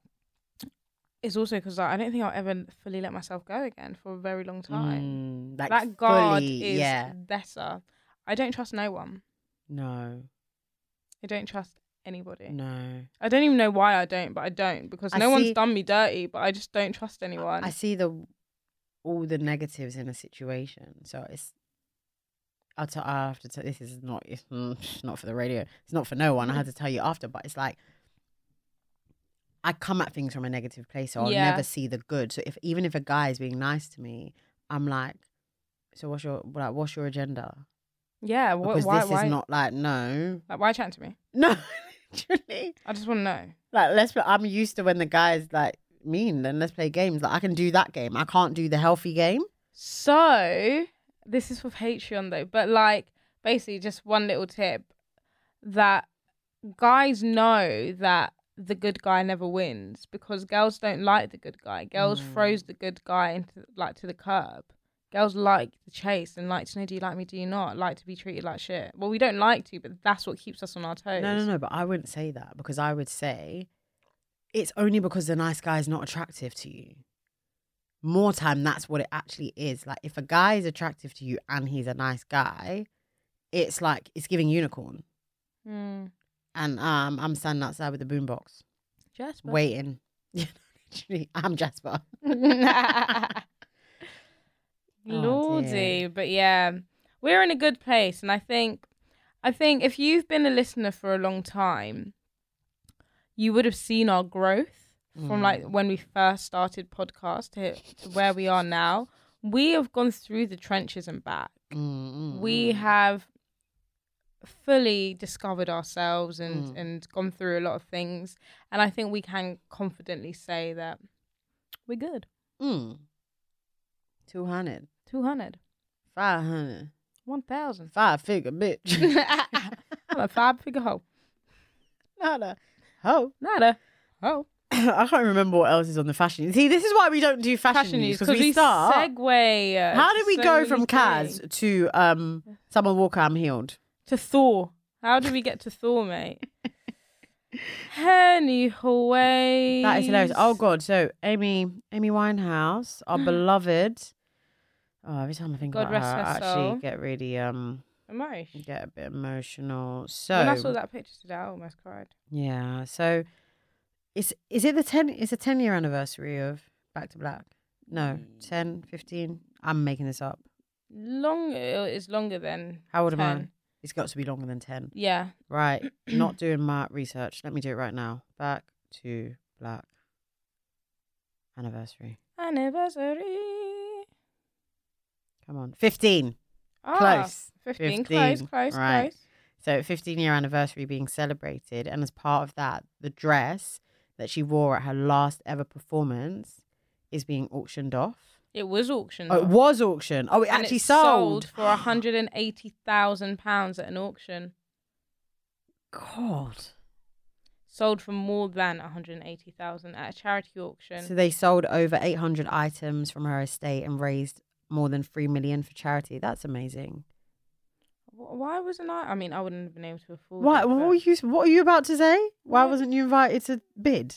it's also because I don't think I'll ever fully let myself go again for a very long time.
Mm, like
that guard
fully,
is
yeah.
better. I don't trust no one.
No,
I don't trust anybody.
no.
I don't even know why I don't, but I don't because
Mm. I
no one's
see-
done me dirty, but I just don't trust anyone.
I see the all the negatives in a situation, so it's. I'll tell. I have to tell. This is not. It's mm, not for the radio. It's not for no one. I
Mm.
had to tell you after, but it's like. I come at things from a negative place, so I'll
Yeah.
never see the good. So if even if a guy is being nice to me, I'm like, so what's your like? What's your agenda?
yeah, wh-
Because
why?
this
Why?
is not like no,
like, why chat to me?
no, literally.
I just want to know.
Like, let's. Play, I'm used to when the guy's like mean, then let's play games. Like, I can do that game. I can't do the healthy game.
So this is for Patreon though, but like basically just one little tip that guys know that the good guy never wins because girls don't like the good guy. Girls
Mm.
froze the good guy into like to the curb. Girls like the chase and like to know do you like me, do you not? Like to be treated like shit. Well, we don't like to, but that's what keeps us on our toes.
No, no, no. But I wouldn't say that because I would say it's only because the nice guy is not attractive to you. More time, that's what it actually is. Like, if a guy is attractive to you and he's a nice guy, it's like it's giving unicorn.
Mm.
And um, I'm standing outside with the boombox,
Jasper.
waiting. Literally, I'm Jasper.
Lordy, Oh, but yeah, we're in a good place, and I think, I think if you've been a listener for a long time, you would have seen our growth from
Mm.
like when we first started podcast to, to where we are now. We have gone through the trenches and back.
Mm, mm,
We
mm.
have fully discovered ourselves and
Mm.
and gone through a lot of things, and I think we can confidently say that we're good.
Mm. 200,
Two hundred.
500,
One thousand.
five figure bitch.
I'm a five figure hoe.
Not a hoe.
Nada. Oh.
I can't remember what else is on the fashion. See, this is why we don't do fashion, news because we start.
segue. uh,
How did
to
we
so
go
many
from Kaz
things.
to um someone Walker? I'm healed.
to Thor? How did we get to Thor, mate? Anyway,
That is hilarious. Oh God! So Amy, Amy Winehouse, our beloved. Oh, every time I think
God
about
rest
her,
her
I
soul.
actually get really um
Emotion.
get a bit emotional. So
When I saw that picture today, I almost cried.
yeah, so is is it the ten? It's a ten year anniversary of Back to Black. No,
Mm.
10, 15. I'm making this up.
Long is longer than
How old am I?
10.
It's got to be longer than ten.
yeah.
Right. Not doing my research. Let me do it right now. Back to black anniversary.
Anniversary.
Come on. 15.
Ah,
Close.
15. Close,
15,
close,
right.
close.
So, 15 year anniversary being celebrated. And as part of that, the dress that she wore at her last ever performance is being auctioned off.
It was auctioned.
Oh, it
off.
was auctioned. Oh, it
Mm. And
actually
it's
sold.
for hundred and eighty thousand pounds at an auction.
God.
Sold for more than one hundred and eighty thousand at a charity auction.
So, they sold over 800 items from her estate and raised more than 3 million for charity. That's amazing.
Wh- Why wasn't I? I mean, I wouldn't have been able to afford.
Why?
it,
What
but-
were you? What are you about to say? Why
No.
wasn't you invited to bid?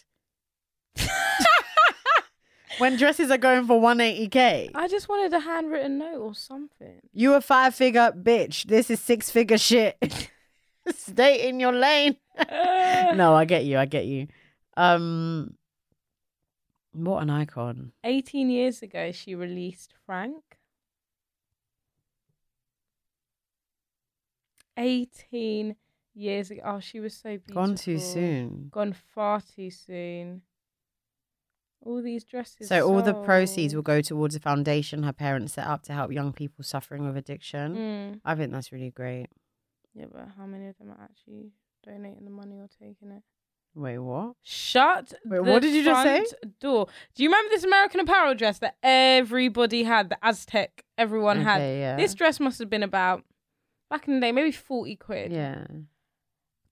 when dresses are going for one eighty k,
I just wanted a handwritten note or something.
you a five figure bitch. This is six figure shit. Stay in your lane. No, I get you. I get you. Um, what an icon.
Eighteen years ago, she released Frank. Eighteen years ago. Oh, she was so beautiful.
Gone too soon.
gone far too soon. All these dresses.
So all the proceeds will
sold.
go towards a foundation her parents set up to help young people suffering with addiction.
Mm.
I think that's really great.
Yeah, but how many of them are actually donating the money or taking it?
Wait, what?
Shut
Wait,
the
what did you just say?
front door. Do you remember this American Apparel dress that everybody had, the Aztec everyone had?
Okay, yeah.
This dress must have been about back in the day, maybe forty quid.
Yeah.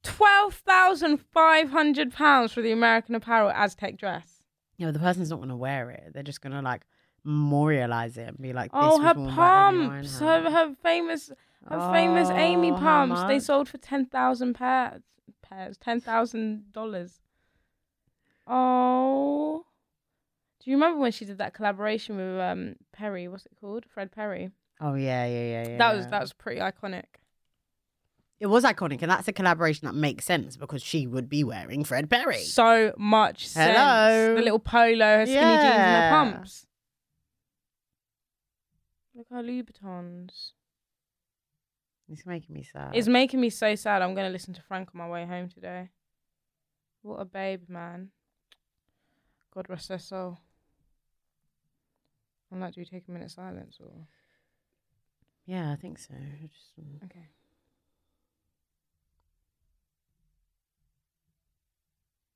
Twelve thousand five hundred pounds for the American Apparel Aztec dress.
No, the person's not going to wear it. They're just going to like memorialize it and be like, this
oh,
was
her
worn by Amy
pumps,
Winehouse.
her her famous her famous Amy
Oh, how
pumps. They
much?
sold for ten thousand pairs. Pairs, ten thousand dollars. Oh, do you remember when she did that collaboration with um Perry? What's it called? Fred Perry.
Oh yeah, yeah, yeah, yeah.
That was that was pretty iconic.
It was iconic, and that's a collaboration that makes sense because she would be wearing Fred Perry.
So much sense.
Hello.
The little polo, her skinny jeans,
Yeah.
and her pumps. Look at her Louboutins.
It's making me sad.
It's making me so sad. I'm gonna listen to Frank on my way home today. What a babe, man. God rest their soul. I'm like, do we take a minute silence or?
yeah, I think so. I just- mm.
Okay.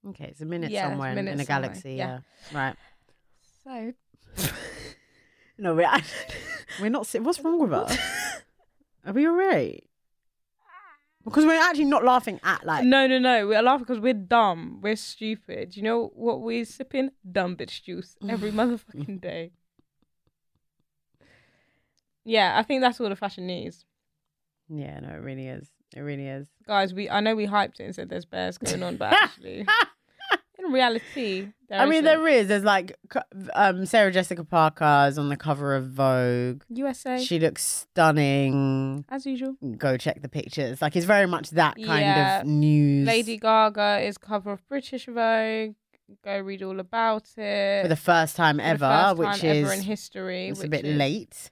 Okay, it's a minute
Yeah, it's a
somewhere in-
minute
in a
somewhere,
galaxy.
yeah.
Yeah. right.
So
No, we're we're not. si- What's wrong with us? Are we all right? Because we're actually not laughing at like.
no, no, no. We're laughing because we're dumb. We're stupid. You know what we're sipping? Dumb bitch juice every motherfucking day. Yeah, I think that's all the fashion news,
Yeah, no, it really is. It really is.
guys. We I know we hyped it and said there's bears going on, but actually, in reality, there
I
isn't.
mean, there is. There's like co- um, Sarah Jessica Parker is on the cover of Vogue.
USA
She looks stunning.
as usual.
Go check the pictures. Like it's very much that kind
Yeah.
of news.
Lady Gaga is cover of British Vogue. Go read all about it.
for the first time
For the
ever,
first
which
time
is
ever in history.
it's a
which
bit
is-
late.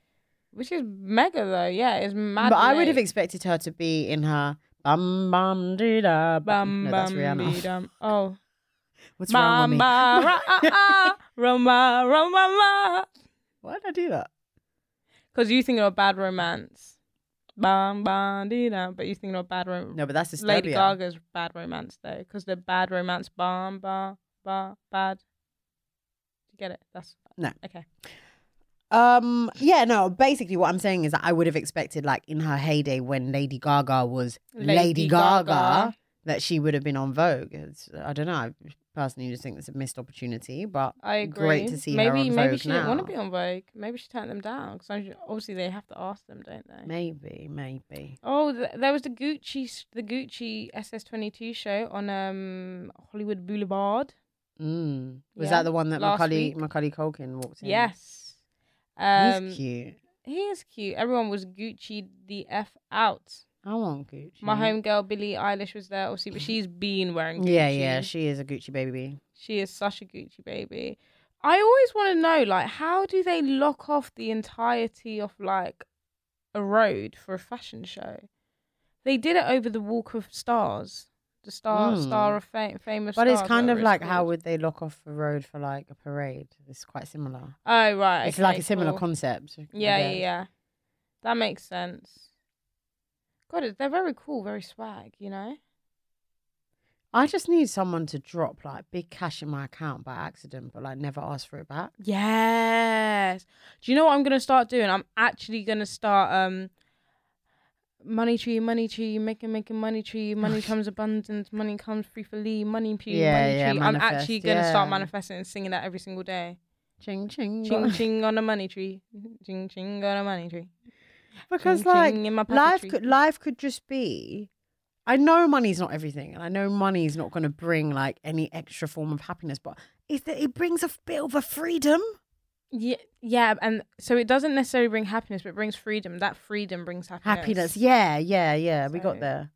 which is mega though. Yeah, it's mad.
But I would have
late.
expected her to be in her bum bum dee da
Bum,
bum. No, that's
bum, dee,
Rihanna.
dum. Oh,
What's wrong
bum,
with me?
ba, ra, ah, ah, Roma, Roma, ma.
Why did I do that?
Because you think of bad romance. Bum, bum, dee, dum. But you think of bad romance.
No, but that's Disturbia.
Lady Gaga's bad romance though, because the bad romance bum ba ba bad. Do you get it? That's
No.
Okay.
Um, yeah, no. Basically, what I'm saying is that I would have expected, like in her heyday when Lady Gaga was Lady, Gaga, that she would have been on Vogue. It's, I don't know. I personally just think it's a missed opportunity, but
I agree.
Great to see her
maybe,
on
Maybe
Vogue
she didn't want to
now.
be on Vogue. Maybe she turned them down because obviously they have to ask them, don't they?
maybe, maybe.
Oh, th- there was the Gucci, s- the Gucci SS22 show on um Hollywood Boulevard.
Mm. Was
Yeah.
that the one that
Last
Macaulay
week.
Macaulay Culkin walked in?
Yes. Um,
he's cute.
He is cute. Everyone was Gucci the f out.
I want Gucci.
My homegirl Billie Eilish was there, obviously, but she's been wearing. Gucci.
Yeah, yeah, she is a Gucci baby.
She is such a Gucci baby. I always want to know, like, how do they lock off the entirety of like a road for a fashion show? They did it over the Walk of Stars, the Star
Mm.
Star of fame, famous.
But it's
Stars,
kind of
whatever
like
it's
how
called.
would they lock off a road for like a parade? It's quite similar.
Oh right,
it's like
okay,
a similar
cool.
concept. I
Yeah, yeah,
guess.
yeah. That makes sense. God, it- they're very cool, very swag. You know.
I just need someone to drop like big cash in my account by accident, but like never ask for it back.
Yes. Do you know what I'm gonna start doing? I'm actually gonna start um money tree, money tree, making making money tree, money comes abundance, money comes free for Lee, money tree,
Yeah,
money
yeah,
tree. I'm actually
manifest,
gonna start
yeah.
manifesting and singing that every single day.
Ching ching.
Ching ching on a money tree. Ching ching on a money tree.
because
ching,
like
ching in my
life
packetry.
could life could just be. I know money's not everything, and I know money's not going to bring like any extra form of happiness, but it's that it brings a bit of a freedom.
Yeah, yeah, and so it doesn't necessarily bring happiness, but it brings freedom. That freedom brings happiness.
Happiness. Yeah, yeah, yeah. We
So-
got there.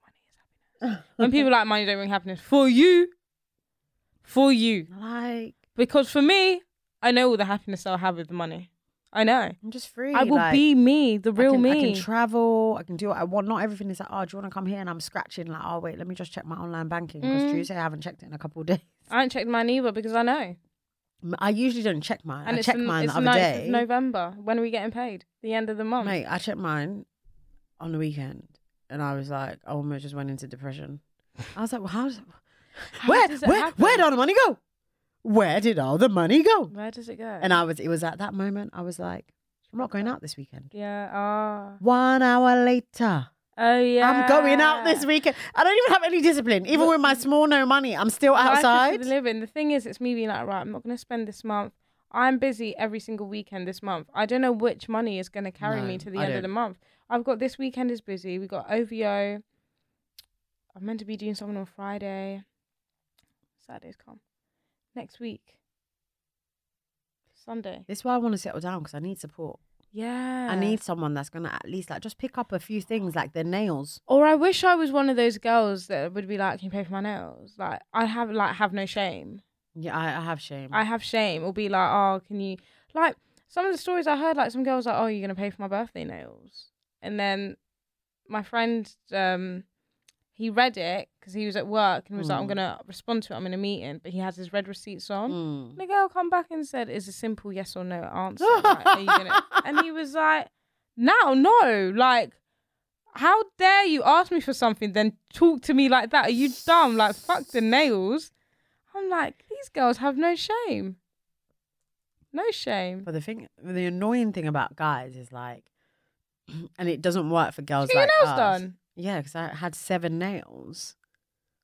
Money is happiness. When people are like money don't bring happiness for you, for you,
like
Because for me, I know all the happiness I'll have with the money. I know.
I'm just free.
I will
like,
be me, the real
I can,
me.
I can travel. I can do what I want. Not everything is like, oh, do you want to come here? And I'm scratching like, oh wait, let me just check my online banking because
Mm.
Tuesday I haven't checked it in a couple of days.
I ain't checked mine either because I know.
M- I usually don't check mine.
And
I
it's
checked
the,
mine
it's
the other
9th
day.
of November. When are we getting paid? The end of the month.
Mate, I checked mine on the weekend, and I was like, I almost just went into depression. I was like, well, how? Does,
How
Where,
does it
where,
happen?
where did all the money go? Where did all the money go?
Where does it go?
And I was, it was at that moment I was like, I'm not going out this weekend.
yeah. Ah.
One hour later,
Oh yeah.
I'm going out this weekend. I don't even have any discipline. Even with my small no money, I'm still
Life is for
outside.
the living. The thing is, it's me being like, right, I'm not going to spend this month. I'm busy every single weekend this month. I don't know which money is going to carry me
No,
to the
I
end of
don't.
the month. I've got this weekend is busy. We got OVO. I'm meant to be doing something on Friday. Saturday's calm. Next week. Sunday.
This is why I want to settle down because I need support.
Yeah.
I need someone that's gonna at least like just pick up a few things like the nails.
Or I wish I was one of those girls that would be like, "Can you pay for my nails?" Like I have, like have no shame.
Yeah, I, I have shame.
I have shame. Or be like, "Oh, can you?" Like some of the stories I heard, like some girls like, "Oh, you're gonna pay for my birthday nails," and then my friend, um, he read it because he was at work and was like, "I'm
Mm.
gonna respond to it. I'm in a meeting," but he has his red receipts on.
Mm.
The girl come back and said, "It's a simple yes or no answer." Like, are you gonna? And he was like, "No, no, like, how dare you ask me for something, then talk to me like that? Are you dumb? Like, fuck the nails." I'm like, these girls have no shame. No shame.
But the thing, the annoying thing about guys is like, and it doesn't work for girls
Get your
like "Ah,
nails
us.
done.
Yeah, because I had seven nails.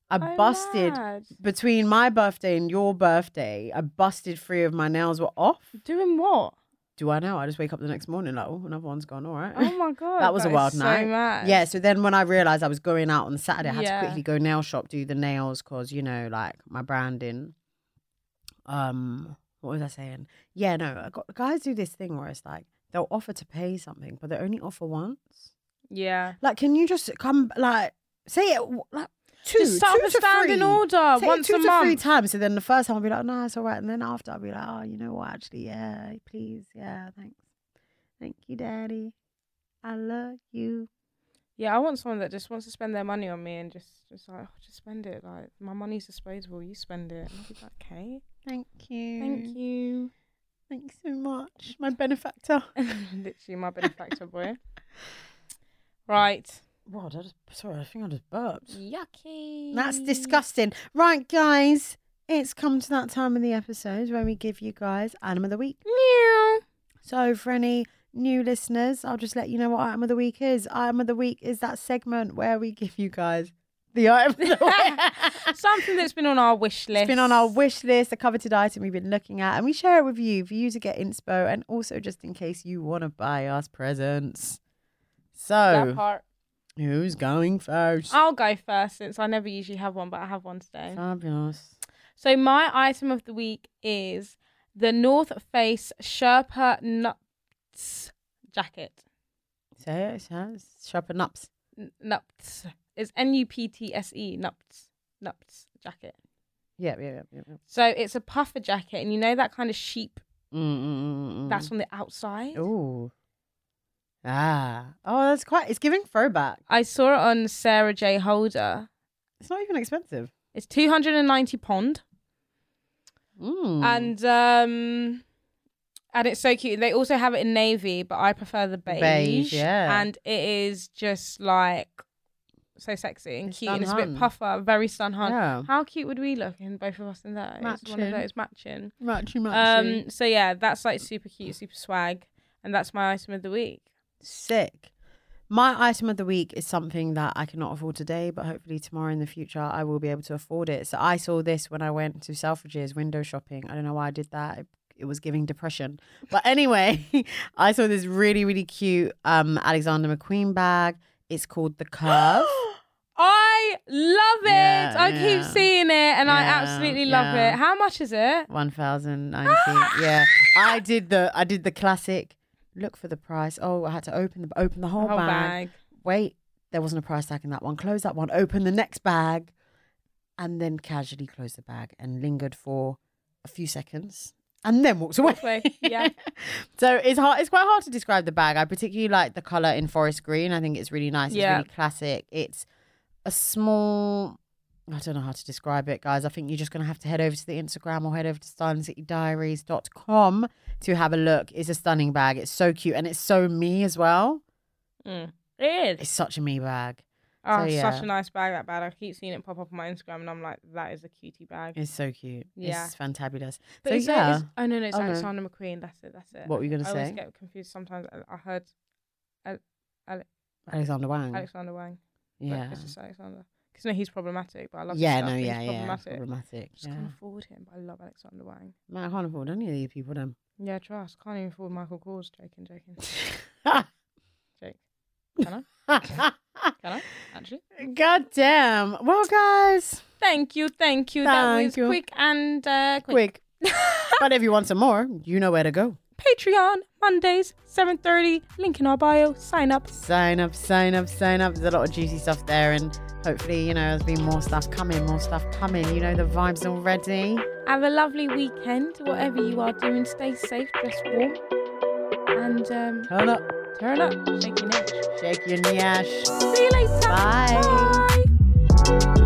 I
I'm
busted
mad.
between my birthday and your birthday. I busted three of my nails were off.
Doing what?
Do I know? I just wake up the next morning like, oh, another one's gone. All right.
Oh my god.
That was a
is
wild
so
night.
Mad.
Yeah, so then when I realized I was going out on Saturday, I had
Yeah.
to quickly go nail shop, do the nails, cause you know, like my branding. Um, what was I saying? Yeah, no, I got, guys do this thing where it's like they'll offer to pay something, but they only offer once.
Yeah.
Like, can you just come, like, say it w- like two,
Just set up
two
a
to
standing
three.
order
Say it
once
two
a
to
month.
three times. So then the first time I'll be like, no, it's all right, and then after I'll be like, oh, you know what? Actually, yeah, please, yeah, thanks, thank you, daddy, I love you.
Yeah, I want someone that just wants to spend their money on me and just just like oh, just spend it. Like my money's disposable, you spend it. And I'll be like, okay,
Thank you.
thank you.
Thanks so much. My benefactor.
Literally my benefactor boy. Right.
What? I just, sorry, I think I just burped.
Yucky.
That's disgusting. Right, guys, it's come to that time of the episode when we give you guys Anim of the Week.
Meow.
So, for any new listeners, I'll just let you know what Item of the Week is. Item of the Week is that segment where we give you guys the item of the week.
Something that's been on our wish list.
It's been on our wish list, a coveted item we've been looking at, and we share it with you for you to get inspo and also just in case you want to buy us presents.
that
So,
part. Oh.
who's going first?
I'll go first since I never usually have one, but I have one today.
Fabulous.
So my item of the week is the North Face Sherpa Nuts jacket.
So, it says sharpen ups.
N- Nupts. It's N U P T S E. Nupts. Nupts jacket.
Yep, yep, yep, yep. yep.
So it's a puffer jacket, and you know that kind of sheep
Mm-mm-mm.
that's on the outside.
Mm. Ooh. Ah. Oh, that's quite. It's giving throwback.
I saw it on Sarah J Holder.
It's not even expensive.
It's two hundred and ninety pond,
Mm.
and um, and it's so cute. They also have it in navy, but I prefer the beige.
Beige, yeah.
and it is just like so sexy and
It's
cute, and it's a bit
Stunhan.
puffer, very sun
yeah.
How cute would we look in both of us in that? It's one of
Matching.
those matching.
Matchy matchy.
Um, so yeah, that's like super cute, super swag, and that's my item of the week.
Sick. My item of the week is something that I cannot afford today, but hopefully tomorrow in the future I will be able to afford it. So I saw this when I went to Selfridges window shopping. I don't know why I did that. It, it was giving depression. But anyway, I saw this really, really cute um, Alexander McQueen bag. It's called the Curve.
I love it.
Yeah,
I keep
yeah.
seeing it, and I
Yeah,
absolutely love
yeah.
it. How much is it?
One thousand ninety. yeah, I did the I did the classic. Look for the price. Oh, I had to open the open the whole,
Whole bag.
bag. wait, there wasn't a price tag in that one. Close that one, open the next bag, and then casually close the bag and lingered for a few seconds and then walked away.
Walked away, yeah.
so it's hard. It's quite hard to describe the bag. I particularly like the color in forest green. I think it's really nice.
Yeah.
It's really classic. It's a small. I don't know how to describe it, guys. I think you're just going to have to head over to the Instagram or head over to stylincitydiaries.com to have a look. It's a stunning bag. It's so cute and it's so me as well.
Mm. It
It's
is.
such a me bag.
Oh,
So,
such
yeah.
a nice bag, that bag. I keep seeing it pop up on my Instagram, and I'm like, that is a cutie bag.
It's so cute.
Yeah.
It's fantabulous.
But
so
is that-
yeah.
is- oh no, no, it's
Oh, no.
Alexander McQueen. That's it. That's it.
What were you gonna
I always
say?
get confused sometimes. I, I heard
Alexander Wang.
Alexander Wang,
Mm. yeah.
but it's just Alexander. Because no, he's problematic, but I love. his
Yeah,
stuff,
no,
but
yeah,
he's
yeah.
Problematic.
Problematic.
Just
Yeah.
can't afford him, but I love Alexander Wang.
Man, I can't afford any of these people then.
Yeah, trust. Can't even afford Michael Kors. Joking, joking, joke. Can Can I? Actually,
God damn. Well, guys,
thank you, thank you. that was
Thank you.
quick and uh, quick.
quick. but if you want some more, you know where to go.
Patreon Mondays, seven thirty. Link in our bio. Sign up.
Sign up, sign up, sign up. There's a lot of juicy stuff there, and hopefully, you know, there's been more stuff coming, more stuff coming. You know, the vibes already.
Have a lovely weekend, whatever you are doing. Stay safe, dress warm, and um,
Turn up,
turn up. Shake your neck.
shake your nyash.
See you later.
Bye.
Bye.